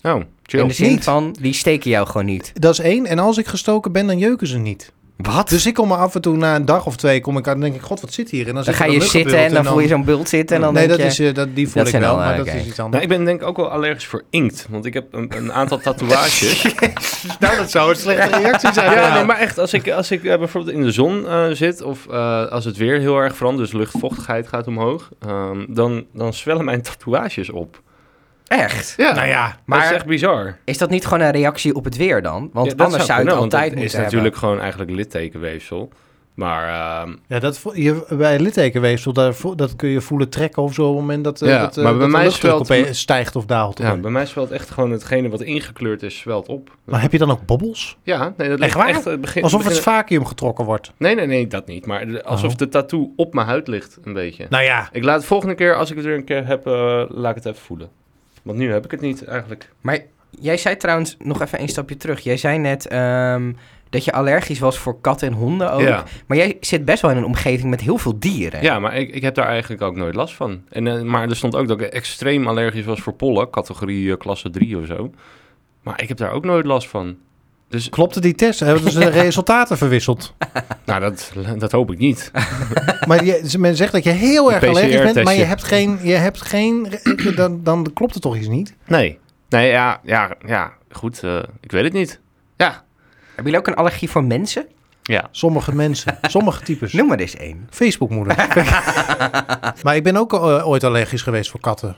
S1: Oh, chill.
S2: In de zin
S3: niet.
S2: van, die steken jou gewoon niet.
S3: Dat is één. En als ik gestoken ben, dan jeuken ze niet.
S2: Wat?
S3: Dus ik kom me af en toe na een dag of twee, kom ik aan en denk ik, god, wat zit hier? En dan,
S2: dan
S3: zit
S2: ga
S3: er een
S2: je zitten en
S3: luchtgebeeld
S2: dan voel je zo'n bult zitten en dan
S3: nee,
S2: denk
S3: dat
S2: je...
S3: is, eh, dat, die voel
S2: Dat
S3: ik
S2: zijn
S3: wel,
S2: al,
S3: maar
S2: eh,
S3: dat
S2: kijk.
S3: is iets
S1: Nou,
S3: anders.
S1: ik ben denk ik ook wel allergisch voor inkt. Want ik heb een, een aantal [laughs] tatoeages.
S3: Nou, dat zou een slechte reactie zijn.
S1: ja, nee, maar echt, als ik, als ik eh, bijvoorbeeld in de zon eh, zit of eh, als het weer heel erg verandert, dus luchtvochtigheid gaat omhoog, ehm, dan, dan zwellen mijn tatoeages op.
S2: Echt?
S1: Ja,
S3: Nou [laughs] ja,
S1: maar dat
S2: maar-
S1: is echt bizar.
S2: Is dat niet gewoon een reactie op het weer dan? Want
S1: Ja, dat
S2: anders zou je
S1: kunnen, want
S2: het altijd
S1: Het is
S2: moeten hebben.
S1: natuurlijk gewoon eigenlijk littekenweefsel. Maar ehm,
S3: ja dat, vo- je, bij littekenweefsel, daar, vo- dat kun je voelen trekken of zo op het moment dat, eh,
S1: Ja,
S3: dat, eh,
S1: maar bij
S3: dat de
S1: mij
S3: luchtdruk
S1: zwelt-
S3: opeens stijgt of daalt.
S1: ja, bij mij zwelt echt gewoon hetgene wat ingekleurd is, zwelt op.
S3: Maar heb je dan ook bobbels?
S1: Ja, nee, dat ligt
S3: Echt waar?
S1: Echt, het begin,
S3: Alsof het
S1: begin-
S3: vacuüm getrokken wordt.
S1: Nee, nee, nee, dat niet. Maar de- alsof
S3: Oh.
S1: de tattoo op mijn huid ligt, een beetje.
S3: Nou ja,
S1: Ik laat de volgende keer, als ik het weer een keer heb, eh, laat ik het even voelen. Want nu heb ik het niet, eigenlijk.
S2: Maar jij zei trouwens, nog even een stapje terug. Jij zei net ehm, dat je allergisch was voor katten en honden ook.
S1: Ja.
S2: Maar jij zit best wel in een omgeving met heel veel dieren.
S1: Ja, maar ik, ik heb daar eigenlijk ook nooit last van. En, eh, maar er stond ook dat ik extreem allergisch was voor pollen, categorie eh, klasse 3 of zo. Maar ik heb daar ook nooit last van. Dus
S3: klopte die test? Hebben [laughs] ze de resultaten verwisseld?
S1: nou, dat, dat hoop ik niet.
S3: Maar je, ze- men zegt dat je heel
S1: Een
S3: erg allergisch bent, maar je
S1: PCR-testje.
S3: hebt geen... Je hebt geen re- [coughs] dan, dan klopt er toch iets niet?
S1: Nee. Nee, ja, ja, ja goed. eh, ik weet het niet. Ja.
S2: Hebben jullie ook een allergie voor mensen?
S1: Ja.
S3: Sommige mensen, sommige types.
S2: Noem maar eens één.
S3: [laughs] Facebookmoeder. maar ik ben ook eh, ooit allergisch geweest voor katten.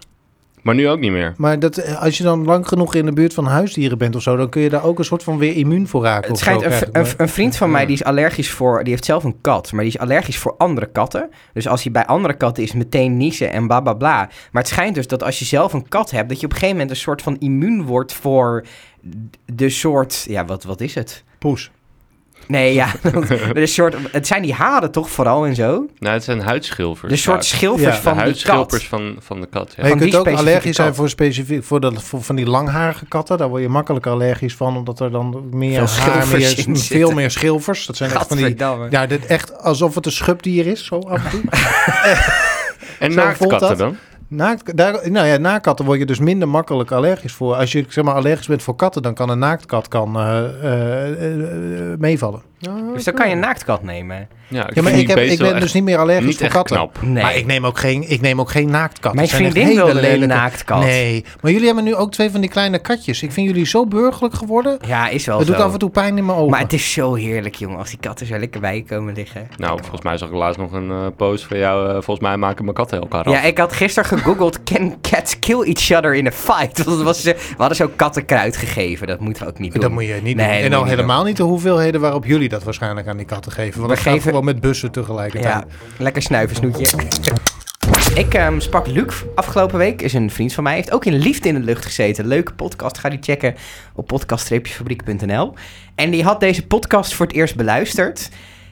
S1: Maar nu ook niet meer.
S3: Maar dat, eh, als je dan lang genoeg in de buurt van huisdieren bent of zo, dan kun je daar ook een soort van weer immuun voor raken.
S2: Het
S3: of
S2: schijnt
S3: zo,
S2: een, v-
S3: krijg ik
S2: een,
S3: maar.
S2: een vriend van mij die is allergisch voor, die heeft zelf een kat, maar die is allergisch voor andere katten. Dus als hij bij andere katten is, meteen niezen en bla bla bla. Maar het schijnt dus dat als je zelf een kat hebt, dat je op een gegeven moment een soort van immuun wordt voor de soort, ja wat, wat is het?
S3: Poes.
S2: Nee, ja. [laughs] want er is soort, het zijn die haren toch vooral en zo?
S1: Nou, het zijn huidschilfers.
S2: De soort
S1: vaak.
S2: schilfers
S3: Ja,
S1: De
S2: van die kat.
S1: huidschilfers van, van de kat. Ja.
S3: Maar je
S2: Van
S3: kunt
S2: die
S3: ook allergisch
S2: specifieke
S3: zijn
S2: kat.
S3: voor, specifiek, voor, dat, voor van die langharige katten. Daar word je makkelijk allergisch van, omdat er dan meer
S2: Veel
S3: haar,
S2: schilfers
S3: meer,
S2: in
S3: veel
S2: zitten.
S3: meer schilfers. Dat zijn echt van die...
S2: Gadverdamme.
S3: Ja, dit echt alsof het een schubdier is, zo
S2: [laughs]
S3: af en toe.
S1: En
S3: Zo
S1: naaktkatten
S3: voelt dat.
S1: dan?
S3: Naakt, daar, nou ja, naakkatten word je dus minder makkelijk allergisch voor. Als je zeg maar, allergisch bent voor katten, dan kan een naaktkat kan, eh, eh, eh, eh, meevallen.
S2: Dus dan kan je een naaktkat nemen.
S1: Ja, ik,
S3: Ja, maar
S1: vind
S3: ik,
S1: die
S3: heb, ik
S1: beesten
S3: ben
S1: wel
S3: dus
S1: echt
S3: niet meer allergisch
S1: niet
S3: voor
S1: echt
S3: katten.
S1: knap.
S2: Nee.
S3: Maar ik neem ook geen, ik neem ook geen naaktkat.
S2: Mijn
S3: Dat zijn echt
S2: vriendin
S3: hele
S2: wilde een
S3: lelijke-
S2: naaktkat.
S3: Nee, maar jullie hebben nu ook twee van die kleine katjes. Ik vind jullie zo burgerlijk geworden.
S2: Ja, is wel
S3: Dat
S2: zo.
S3: doet af en toe pijn in mijn ogen.
S2: Maar het is zo heerlijk, jongen, als die katten zo lekker bij je komen liggen.
S1: Nou, volgens mij zag ik laatst nog een eh, post van jou. eh, volgens mij maken mijn katten elkaar af.
S2: Ja, ik had gisteren gegoogeld, [laughs] can cats kill each other in a fight? [laughs] Want het was, eh, we hadden zo kattenkruid gegeven, dat moeten we ook niet doen.
S3: dat moet je niet
S2: Nee,
S3: doen.
S2: dat
S3: En
S2: moet
S3: al
S2: je niet
S3: helemaal niet de hoeveelheden waarop jullie dat waarschijnlijk aan die katten geven. Want
S2: We
S3: dat gaat
S2: geven-
S3: gewoon met bussen
S2: Ja,
S3: tegelijkertijd.
S2: lekker snuiven, snoetje. Ik ehm, sprak Luc afgelopen week, is een vriend van mij. Heeft ook in Liefde in de Lucht gezeten. Leuke podcast, ga die checken op podcast-fabriek.nl. En die had deze podcast voor het eerst beluisterd.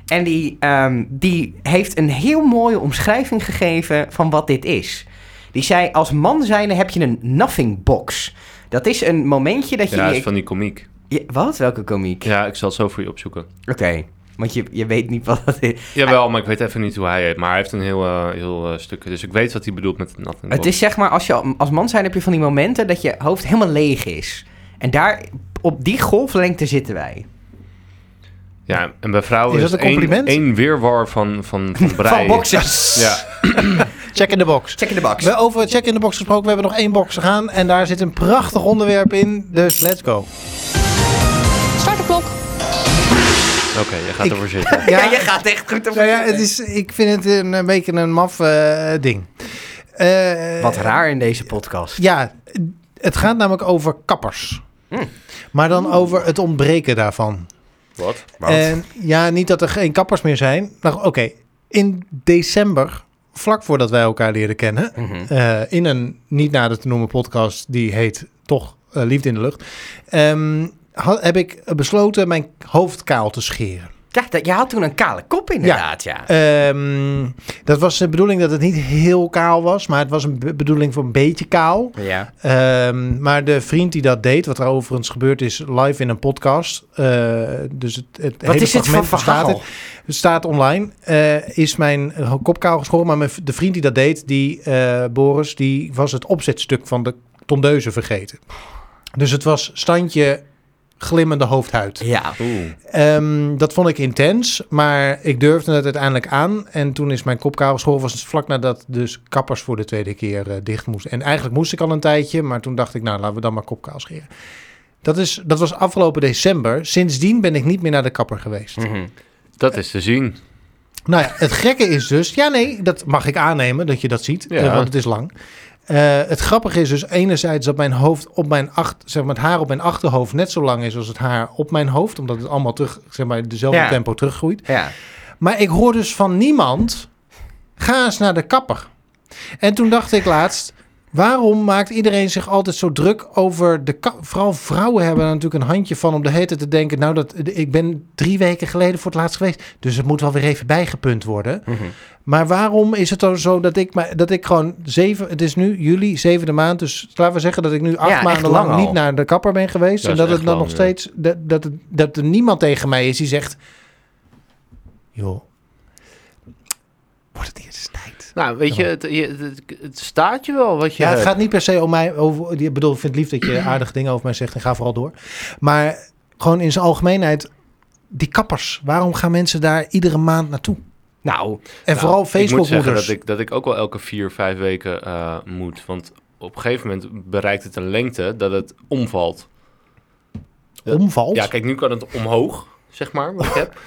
S2: En die, ehm, die heeft een heel mooie omschrijving gegeven van wat dit is. Die zei, als man zijnde heb je een nothing box. Dat is een momentje dat je...
S1: Ja, dat
S2: je-
S1: is van die komiek.
S2: je- wat? Welke komiek?
S1: Ja, ik zal het zo voor je opzoeken.
S2: Oké, want je, je weet niet wat dat is.
S1: Jawel, maar ik weet even niet hoe hij heet. Maar hij heeft een heel, eh, heel eh, stuk. Dus ik weet wat hij bedoelt met nothing.
S2: Het is zeg maar, als, je, als man zijn heb je van die momenten dat je hoofd helemaal leeg is. En daar, op die golflengte zitten wij.
S1: Ja, en bij vrouwen
S3: Is
S1: is,
S3: dat een compliment?
S1: Één, één wirwar van, van,
S3: [laughs]
S1: van brei.
S2: Van boxers.
S1: Ja,
S3: Check in de box.
S2: Check in de box.
S3: We hebben over check in de box gesproken. We hebben nog één box te gaan. En daar zit een prachtig onderwerp in. Dus let's go.
S4: Start de klok.
S1: oké, je gaat
S3: Ik-
S1: ervoor zitten.
S2: Ja, je gaat echt goed op
S3: nou ja, het is, ik vind het een, een beetje een maf eh, ding. Eh,
S2: Wat raar in deze podcast.
S3: Ja, het gaat namelijk over kappers.
S2: Hmm.
S3: Maar dan over het ontbreken daarvan.
S1: Wat?
S3: En ja, niet dat er geen kappers meer zijn. Nou, oké. In december, vlak voordat wij elkaar leren kennen,
S2: Mhm.
S3: eh, in een niet nader te noemen podcast die heet toch eh, Liefde in de Lucht, ehm, ha- heb ik besloten mijn hoofd kaal te scheren.
S2: Ja, dat, je had toen een kale kop inderdaad, ja.
S3: Ehm, dat was de bedoeling dat het niet heel kaal was, maar het was een be- bedoeling voor een beetje kaal.
S2: Ja.
S3: Ehm, maar de vriend die dat deed, wat er overigens gebeurd is live in een podcast, eh, dus het, het
S2: Wat
S3: hele
S2: is dit voor
S3: fragment bestaat
S2: verhaal?
S3: het staat online. eh, is mijn kop kaal geschoren. Maar mijn, v- de vriend die dat deed, die eh, Boris, die was het opzetstuk van de tondeuze vergeten. Dus het was standje glimmende hoofdhuid.
S2: Ja.
S1: Oeh.
S3: Ehm, dat vond ik intens, maar ik durfde het uiteindelijk aan. En toen is mijn kopkabelschool was vlak nadat dus kappers voor de tweede keer eh, dicht moesten. En eigenlijk moest ik al een tijdje, maar toen dacht ik, nou, laten we dan maar kopkaal scheren. Dat, is, dat was afgelopen december. Sindsdien ben ik niet meer naar de kapper geweest.
S1: Dat is te zien.
S3: Nou ja, het gekke is dus... Ja, nee, dat mag ik aannemen dat je dat ziet,
S1: Ja.
S3: eh, want het is lang. Eh, het grappige is dus enerzijds dat mijn hoofd op mijn acht, zeg maar, het haar op mijn achterhoofd net zo lang is als het haar op mijn hoofd, omdat het allemaal terug, zeg maar, dezelfde
S2: Ja.
S3: tempo teruggroeit.
S2: Ja.
S3: Maar ik hoor dus van niemand, ga eens naar de kapper. En toen dacht ik laatst, waarom maakt iedereen zich altijd zo druk over de kapper? Vooral vrouwen hebben er natuurlijk een handje van om de hete te denken, nou dat, ik ben drie weken geleden voor het laatst geweest, dus het moet wel weer even bijgepunt worden.
S1: Mhm.
S3: Maar waarom is het dan zo dat ik, maar, dat ik gewoon zeven, het is nu juli, zevende maand, dus laten we zeggen dat ik nu acht
S2: Ja, echt
S3: maanden
S2: lang
S3: lang,
S2: al.
S3: niet naar de kapper ben geweest.
S1: Dat
S3: en
S1: is
S3: dat
S1: echt
S3: het dan
S1: lang,
S3: nog
S1: ja.
S3: steeds, dat, dat, het- dat er niemand tegen mij is die zegt, joh, wordt het eerst tijd.
S1: Nou, weet je, het, je- het, het staat je wel wat je
S3: Ja, het
S1: hebt.
S3: gaat niet per se om mij. Over, ik bedoel, ik vind het lief
S1: [clears throat]
S3: dat je aardige dingen over mij zegt en ga vooral door. Maar gewoon in zijn algemeenheid, die kappers. Waarom gaan mensen daar iedere maand naartoe?
S2: Nou,
S3: En
S1: Nou,
S3: vooral
S1: Ik moet zeggen
S3: Facebookmoeders.
S1: dat ik, dat ik ook wel elke vier, vijf weken eh, moet. Want op een gegeven moment bereikt het een lengte dat het omvalt.
S3: Omvalt.
S1: Ja, kijk, nu kan het omhoog, zeg maar, wat ik heb.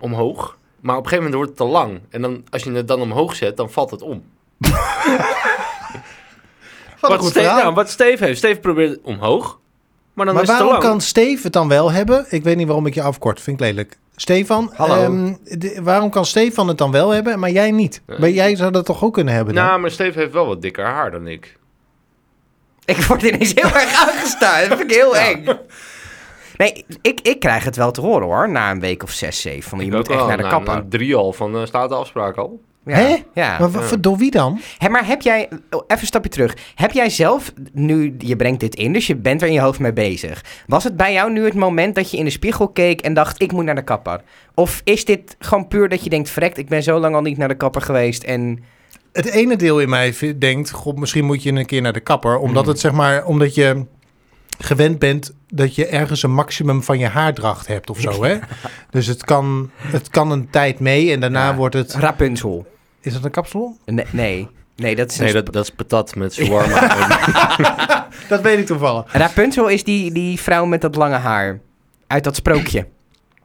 S1: Omhoog. Maar op een gegeven moment wordt het te lang. En dan, als je het dan omhoog zet, dan valt het om.
S3: Wat een goed
S1: Steve,
S3: verhaal.
S1: nou, wat Steve heeft. Steve probeert het omhoog, maar dan
S3: maar
S1: is het te
S3: waarom
S1: lang.
S3: kan Steve het dan wel hebben? Ik weet niet waarom ik je afkort. Vind ik lelijk. Stefan,
S2: Hallo.
S3: ehm, de- waarom kan Stefan het dan wel hebben, maar jij niet? Maar jij zou dat toch ook kunnen hebben? Dan?
S1: Nou, maar Steve heeft wel wat dikker haar dan ik.
S2: ik word ineens heel erg aangestaan. Dat vind ik heel eng. Nee, ik, ik krijg het wel te horen hoor, na een week of zes, zeven. Van, je
S1: Ik
S2: moet
S1: ook
S2: echt
S1: wel.
S2: naar de
S1: Nou,
S2: kapper.
S1: Een drie al van eh, staat de afspraak al.
S2: Ja.
S3: Hè?
S2: Ja.
S3: maar wa- door wie dan?
S2: Hé, maar heb jij, oh, even een stapje terug. Heb jij zelf, nu, je brengt dit in, dus je bent er in je hoofd mee bezig. Was het bij jou nu het moment dat je in de spiegel keek en dacht, ik moet naar de kapper? Of is dit gewoon puur dat je denkt, verrekt, ik ben zo lang al niet naar de kapper geweest en...
S3: het ene deel in mij vi- denkt, god, misschien moet je een keer naar de kapper. Omdat
S2: Hmm.
S3: het zeg maar, omdat je gewend bent dat je ergens een maximum van je haardracht hebt of
S2: [laughs]
S3: zo. Hè? Dus het kan, het kan een tijd mee en daarna
S2: Ja.
S3: wordt het...
S2: Rapunzel.
S3: Is dat een kapsalon?
S2: Nee, nee, nee dat is een...
S1: Nee, dat, dat is patat met shawarma.
S3: Dat weet ik toevallig.
S2: Rapunzel is die, die vrouw met dat lange haar. Uit dat sprookje.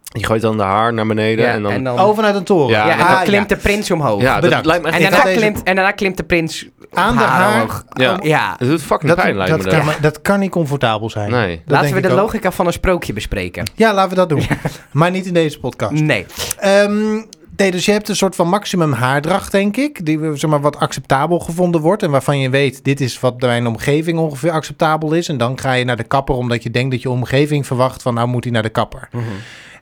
S1: [laughs] je gooit dan de haar naar beneden en dan...
S3: Oh, vanuit een toren.
S1: Ja,
S2: ja, en dan
S3: Ah,
S2: klimt de prins omhoog.
S1: ja, dat
S3: bedankt.
S1: lijkt me echt
S2: en,
S1: niet
S2: daarna
S3: deze-
S2: klimt, en daarna klimt de prins op
S3: Aan de haar.
S2: omhoog.
S1: Ja.
S2: Ja.
S1: Het doet fucking
S3: Dat,
S1: pijn, lijkt
S3: dat,
S1: me dat.
S3: kan, maar- dat kan niet comfortabel zijn.
S1: Nee.
S3: Dat
S2: Laten we
S3: denk
S2: de
S3: ik ook.
S2: logica van een sprookje bespreken.
S3: Ja, laten we dat doen. Maar niet in deze podcast.
S2: Nee.
S3: Ehm, nee, dus je hebt een soort van maximum haardracht, denk ik. Die eh, zeg maar, wat acceptabel gevonden wordt. En waarvan je weet, dit is wat bij mijn omgeving ongeveer acceptabel is. En dan ga je naar de kapper, omdat je denkt dat je omgeving verwacht van... nou moet hij naar de kapper.
S2: Mhm.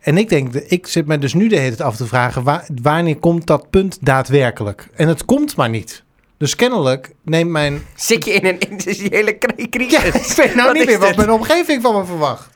S3: En ik denk, ik zit me dus nu de hele tijd af te vragen... wa- wanneer komt dat punt daadwerkelijk? En het komt maar niet. Dus kennelijk neemt mijn...
S2: Zit je in een industriële cri-
S3: Ja,
S2: crisis?
S3: [laughs] ik weet nou
S2: Nou, Wat
S3: niet
S2: is
S3: meer [laughs] wat
S2: dit?
S3: mijn omgeving van me verwacht.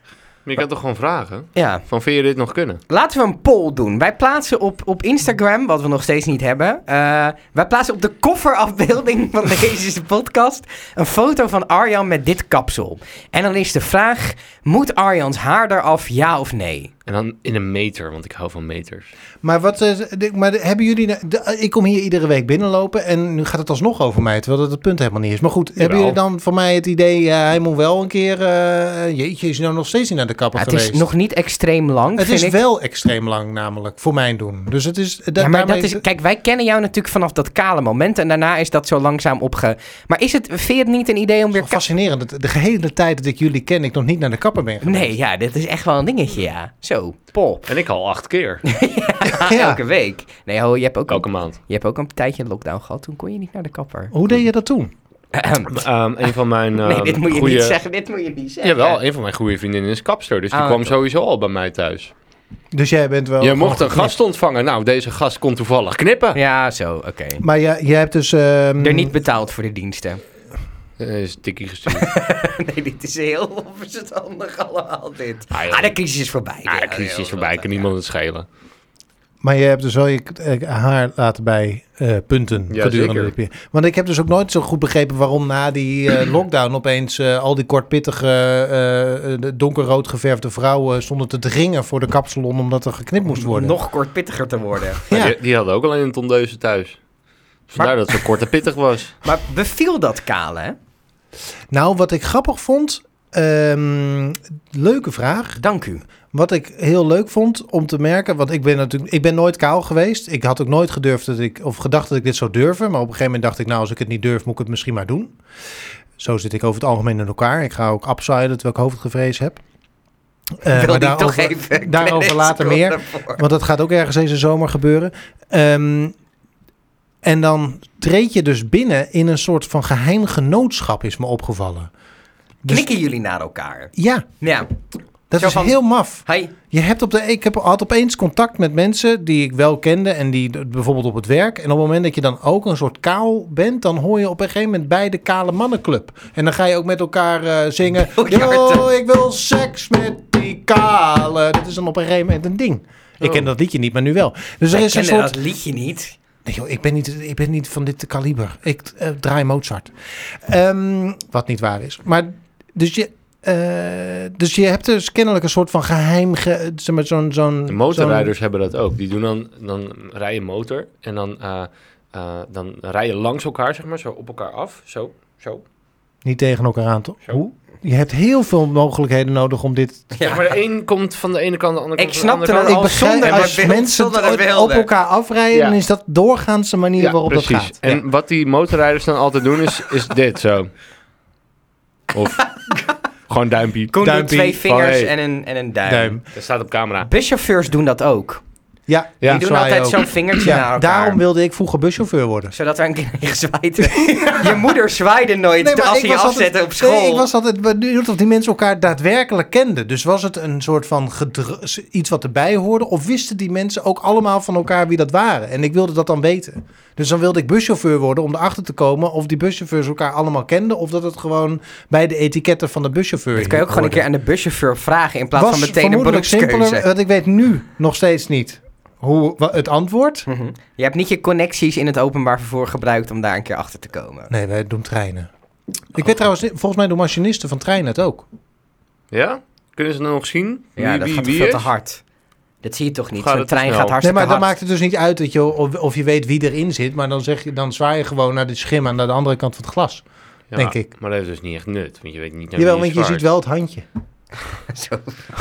S1: Maar je kan toch gewoon vragen?
S2: Ja.
S1: Van, vind je dit nog kunnen?
S2: Laten we een poll doen. Wij plaatsen op, op Instagram, wat we nog steeds niet hebben. eh, wij plaatsen op de kofferafbeelding [laughs] van deze podcast een foto van Arjan met dit kapsel. En dan is de vraag: moet Arjans haar eraf, ja of nee?
S1: En dan in een meter, want ik hou van meters.
S3: Maar wat eh, de- maar de- hebben jullie. nou- de- de- ik kom hier iedere week binnenlopen en nu gaat het alsnog over mij, terwijl dat het punt helemaal niet is. Maar goed, hebben jullie dan voor mij het idee, eh, hij moet wel een keer. eh, jeetje, is hij nou nog steeds niet naar de kapper
S2: Ja, het
S3: geweest?
S2: is nog niet extreem lang.
S3: het
S2: vind
S3: is
S2: ik.
S3: wel extreem lang, namelijk, voor mijn doen. Dus het is. da-
S2: ja, maar dat
S3: daarmee-
S2: is, kijk, wij kennen jou natuurlijk vanaf dat kale moment. En daarna is dat zo langzaam opge. Maar is het, vind je het niet een idee om weer.
S3: wel
S2: ka-
S3: fascinerend. dat De hele tijd dat ik jullie ken, ik nog niet naar de kapper ben geweest.
S2: Nee, ja, dit is echt wel een dingetje, ja. Zo, [laughs] Pol.
S1: En ik al acht keer. [laughs]
S3: Ja.
S2: [laughs] Elke week. Nee, ho, je hebt ook,
S1: Elke
S2: een,
S1: maand.
S2: je hebt ook een tijdje lockdown gehad. Toen kon je niet naar de kapper.
S3: Hoe deed je dat toen?
S1: Ehm, een van mijn ehm,
S2: nee, dit moet je
S1: goede...
S2: niet zeggen. Dit moet je niet zeggen.
S1: Jawel, een van mijn goede vriendinnen is kapster. Dus die
S2: Ah,
S1: kwam
S2: toch.
S1: sowieso al bij mij thuis.
S3: Dus jij bent wel.
S1: Je mocht een
S3: gewoon-
S1: gast ontvangen. Nou, deze gast kon toevallig knippen.
S2: Ja, zo, oké.
S3: Maar jij, jij hebt dus. ehm,
S2: Er niet betaald voor de diensten.
S1: Eh, Is tikkie gestuurd.
S2: [laughs] nee, dit is heel onverstandig allemaal, dit.
S1: Ah,
S2: Ah,
S1: joh.
S2: de crisis is voorbij.
S1: Ah,
S2: Ja,
S1: de crisis
S2: heel
S1: is voorbij,
S2: goed.
S1: kan niemand het schelen.
S3: Maar je hebt dus wel je eh, haar laten bij eh, punten
S1: Ja,
S3: gedurende
S1: zeker.
S3: de periode. Want ik heb dus ook nooit zo goed begrepen waarom na die eh, lockdown opeens eh, al die kortpittige, eh, eh, de donkerrood geverfde vrouwen stonden te dringen voor de kapsalon omdat er geknipt moest worden.
S2: Nog kortpittiger te [laughs] worden.
S1: Maar
S3: Ja.
S1: Die, die hadden ook alleen een tondeuze thuis. Vandaar
S2: Maar-
S1: dat ze kort en pittig was.
S2: Maar beviel dat kale, hè?
S3: Nou, wat ik grappig vond, ehm, leuke vraag.
S2: Dank u.
S3: Wat ik heel leuk vond om te merken, want ik ben natuurlijk, ik ben nooit kaal geweest. Ik had ook nooit gedurfd dat ik, of gedacht dat ik dit zou durven. Maar op een gegeven moment dacht ik, nou, als ik het niet durf, moet ik het misschien maar doen. Zo zit ik over het algemeen in elkaar. Ik ga ook upsiden, terwijl ik hoofdgevrees heb. Eh,
S2: Wil
S3: maar
S2: die toch
S3: daarover-
S2: even
S3: daarover
S2: credits
S3: later
S2: voor
S3: meer.
S2: daarvoor.
S3: Want dat gaat ook ergens deze zomer gebeuren. Ehm, en dan treed je dus binnen in een soort van geheim genootschap, is me opgevallen. Dus-
S2: Knikken jullie naar elkaar?
S3: Ja,
S2: Ja.
S3: dat
S2: Zo
S3: is
S2: van-
S3: heel maf.
S2: Hey.
S3: Je hebt op de, ik heb, had opeens contact met mensen die ik wel kende en die d- bijvoorbeeld op het werk. En op het moment dat je dan ook een soort kaal bent, dan hoor je op een gegeven moment bij de Kale Mannenclub. En dan ga je ook met elkaar eh, zingen.
S2: [laughs] Biljarten.
S3: Yo, ik wil seks met die kale. Dat is dan op een gegeven moment een ding. Ik ken dat liedje niet, maar nu wel. Dus er
S2: Oh. Wij
S3: is een
S2: kennen
S3: soort.
S2: dat liedje niet.
S3: Nee, joh, ik, ben niet, ik ben niet van dit kaliber. Ik eh, draai Mozart. Ehm, wat niet waar is. Maar dus je, eh, dus je hebt dus kennelijk een soort van geheim. Ge, zeg maar, zo'n, zo'n,
S1: De motorrijders hebben dat ook. Die doen dan, dan rij je motor en dan, eh eh, dan rij je langs elkaar, zeg maar, zo op elkaar af. Zo, zo.
S3: zo'n- niet tegen elkaar aan, toch?
S1: Zo.
S3: Hoe? Je hebt heel veel mogelijkheden nodig om dit.
S1: Ja. Maar de een komt van de ene kant, de andere
S2: Ik
S1: komt van de andere
S2: snapte
S1: kant.
S2: het
S3: ik
S2: al
S3: begrijp
S2: zonder
S3: als
S2: een beeld,
S3: mensen
S2: zonder een
S3: het
S2: beelden.
S3: op elkaar afrijden,
S1: Ja.
S3: dan is dat doorgaans de manier waarop dat gaat.
S1: En wat die motorrijders dan altijd doen is, is dit zo. Of gewoon duimpje.
S2: Koen doet
S3: Duimpie.
S2: twee vingers
S1: Van, hey.
S2: en, een, en een duim.
S3: Duim.
S1: Dat staat op camera.
S2: Buschauffeurs doen dat ook.
S3: Ja,
S1: Ja.
S2: Die doen
S3: zwaaien
S2: altijd
S3: ook.
S2: zo'n vingertje naar
S3: Ja,
S2: elkaar.
S3: daarom wilde ik vroeger buschauffeur worden.
S2: Zodat er een keer in gezwaaid werd.
S3: [laughs]
S2: Je moeder zwaaide nooit als ze je afzette
S3: altijd,
S2: op school.
S3: Nee, ik was altijd benieuwd of die mensen elkaar daadwerkelijk kenden. Dus was het een soort van gedr- iets wat erbij hoorde? Of wisten die mensen ook allemaal van elkaar wie dat waren? En ik wilde dat dan weten. Dus dan wilde ik buschauffeur worden om erachter te komen of die buschauffeurs elkaar allemaal kenden. Of dat het gewoon bij de etiketten van de buschauffeur
S2: Dat kan je ook gewoon een keer aan de buschauffeur vragen in plaats van meteen een
S3: vermoedelijk simpeler,
S2: beroepskeuze.
S3: want ik weet nu nog steeds niet hoe, wa- het antwoord.
S2: Mhm. Je hebt niet je connecties in het openbaar vervoer gebruikt om daar een keer achter te komen.
S3: Nee, wij doen treinen.
S2: Oh.
S3: Ik weet trouwens, niet- volgens mij doen machinisten van treinen het ook.
S1: Ja? Kunnen ze dan nog zien?
S2: ja,
S1: Wie-
S2: dat
S1: wie-
S2: gaat
S1: wie
S2: veel
S1: is?
S2: te hard. Dat zie je toch niet?
S1: Gaat
S2: Zo'n
S1: het te
S2: trein
S1: snel?
S2: gaat
S3: Nee,
S2: hartstikke
S3: maar dan
S2: hard.
S3: maakt het dus niet uit dat je, of, of je weet wie erin zit, maar dan, zeg je, dan zwaai je gewoon naar de schim aan de andere kant van het glas.
S1: Ja,
S3: denk ik.
S1: Maar dat is dus niet echt nut, want je weet niet naar
S3: Jawel,
S1: wie
S3: want je
S1: zwaait.
S3: ziet wel het handje.
S2: Zo.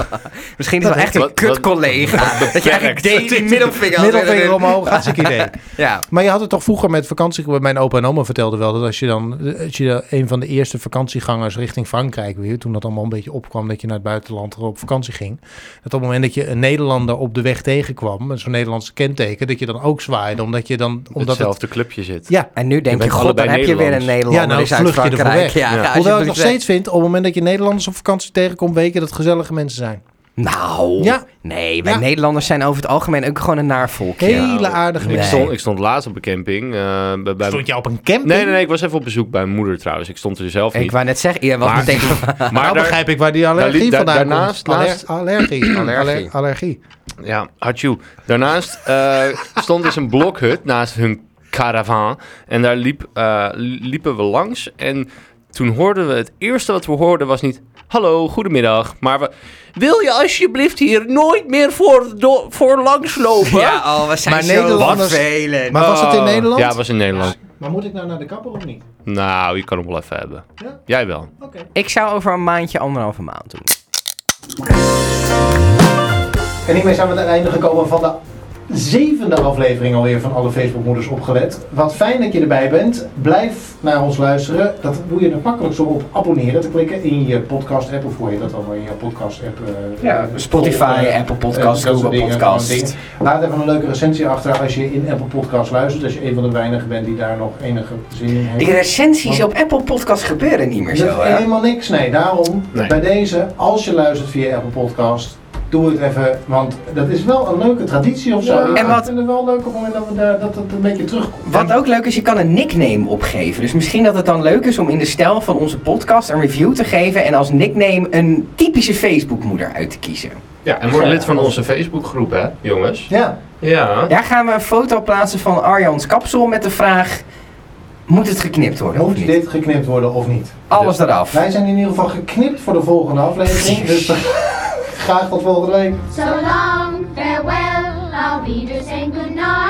S2: [laughs] Misschien is dat
S3: Wat-
S2: echt een
S1: wat-
S2: kut collega. Dat je eigenlijk deed [laughs] die middelvinger had willen
S3: Middelvinger
S2: doen.
S3: omhoog, hartstikke idee. [laughs]
S2: Ja.
S3: Maar je had het toch vroeger met vakantie, mijn opa en oma vertelden wel, dat als je dan als je een van de eerste vakantiegangers richting Frankrijk weer, toen dat allemaal een beetje opkwam dat je naar het buitenland op vakantie ging, dat op het moment dat je een Nederlander op de weg tegenkwam, met zo'n Nederlandse kenteken, dat je dan ook zwaaide, omdat je dan... Omdat het-
S1: hetzelfde clubje zit.
S3: ja,
S2: En nu denk je,
S1: bent
S2: god, dan
S1: allebei
S2: heb je weer een
S1: Nederlands.
S2: Nederlander.
S3: Ja, nou,
S2: die is uit
S3: vlucht je ervoor
S2: Frankrijk.
S3: weg.
S2: Ja,
S1: Ja.
S2: ja,
S3: Hoewel ik nog
S2: alsjeblieft weg.
S3: steeds vind, op het moment dat je Nederlanders op vakantie tegenkomt, weet je dat het gezellige mensen zijn.
S2: Nou,
S3: Ja.
S2: nee, wij
S3: Ja.
S2: Nederlanders zijn over het algemeen ook gewoon een naar volkje.
S3: Hele aardige
S1: Ik,
S2: Nee.
S3: mensen.
S1: stond, ik stond laatst op een camping. eh, bij, bij-
S3: Stond je op een camping?
S1: Nee, nee, nee, ik was even op bezoek bij mijn moeder trouwens. Ik stond er zelf
S2: Ik
S1: niet.
S2: wou net zeggen, je was
S1: Maar-
S2: meteen... [laughs]
S1: Maar
S3: nou
S1: daar-
S3: begrijp ik waar die
S1: daar
S3: allergie
S1: liep- daar-
S3: vandaan
S1: daarnaast-
S3: komt. Aller-
S1: naast-
S3: allergie. allergie.
S2: Allergie.
S3: Allergie.
S1: Ja, Hachu. Daarnaast eh, stond dus een blokhut naast hun caravan. En daar liep, eh, liepen we langs. En toen hoorden we, het eerste wat we hoorden was niet... Hallo, goedemiddag. Maar we, wil je alsjeblieft hier nooit meer voor, do- voor langs lopen?
S2: Ja, oh, we zijn
S3: Maar
S2: zo
S3: Nederlanders-
S2: vervelend.
S3: Maar was dat in
S1: Oh.
S3: Nederland?
S1: Ja, het was in Nederland.
S3: Maar moet ik nou naar de kapper of niet?
S1: Nou, je kan hem wel even hebben.
S3: Ja?
S1: Jij wel.
S3: Oké.
S2: Ik zou over een maandje, anderhalve maand doen.
S3: En hiermee zijn we aan het einde gekomen van de zevende aflevering alweer van alle Facebookmoeders opgelet. Wat fijn dat je erbij bent. Blijf naar ons luisteren. Dat doe je het makkelijkst door op abonneren te klikken in je podcast app of hoe je dat dan in je podcast app. eh,
S2: Ja,
S3: eh,
S2: Spotify,
S3: eh,
S2: Apple Podcasts,
S3: eh, dat soort
S2: Google
S3: dingen,
S2: Podcasts.
S3: gewoon dingen. Laat even een leuke recensie achter als je in Apple Podcasts luistert. Als je een van de weinigen bent die daar nog enige zin in heeft.
S2: Die recensies op Apple Podcasts gebeuren niet meer
S3: Dat
S2: zo,
S3: is
S2: hè?
S3: helemaal niks. Nee, daarom
S1: Nee.
S3: bij deze, als je luistert via Apple Podcast, doe het even. Want dat is wel een leuke traditie of zo.
S2: Ja. En wat-
S3: Ik vind het wel leuk op het moment dat, we daar, dat het een beetje terugkomt.
S2: Wat ook leuk is, je kan een nickname opgeven. Dus misschien dat het dan leuk is om in de stijl van onze podcast een review te geven en als nickname een typische Facebookmoeder uit te kiezen.
S1: Ja, en word lid van onze Facebookgroep, hè, jongens.
S3: Ja.
S1: Ja.
S2: Daar gaan we een foto plaatsen van Arjans kapsel met de vraag... Moet het geknipt worden of
S3: Moet
S2: niet?
S3: dit geknipt worden of niet?
S2: Alles eraf.
S3: Wij zijn in ieder geval geknipt voor de volgende aflevering. Dus [laughs] graag tot volgende week.
S6: So long, farewell, our readers saying goodnight.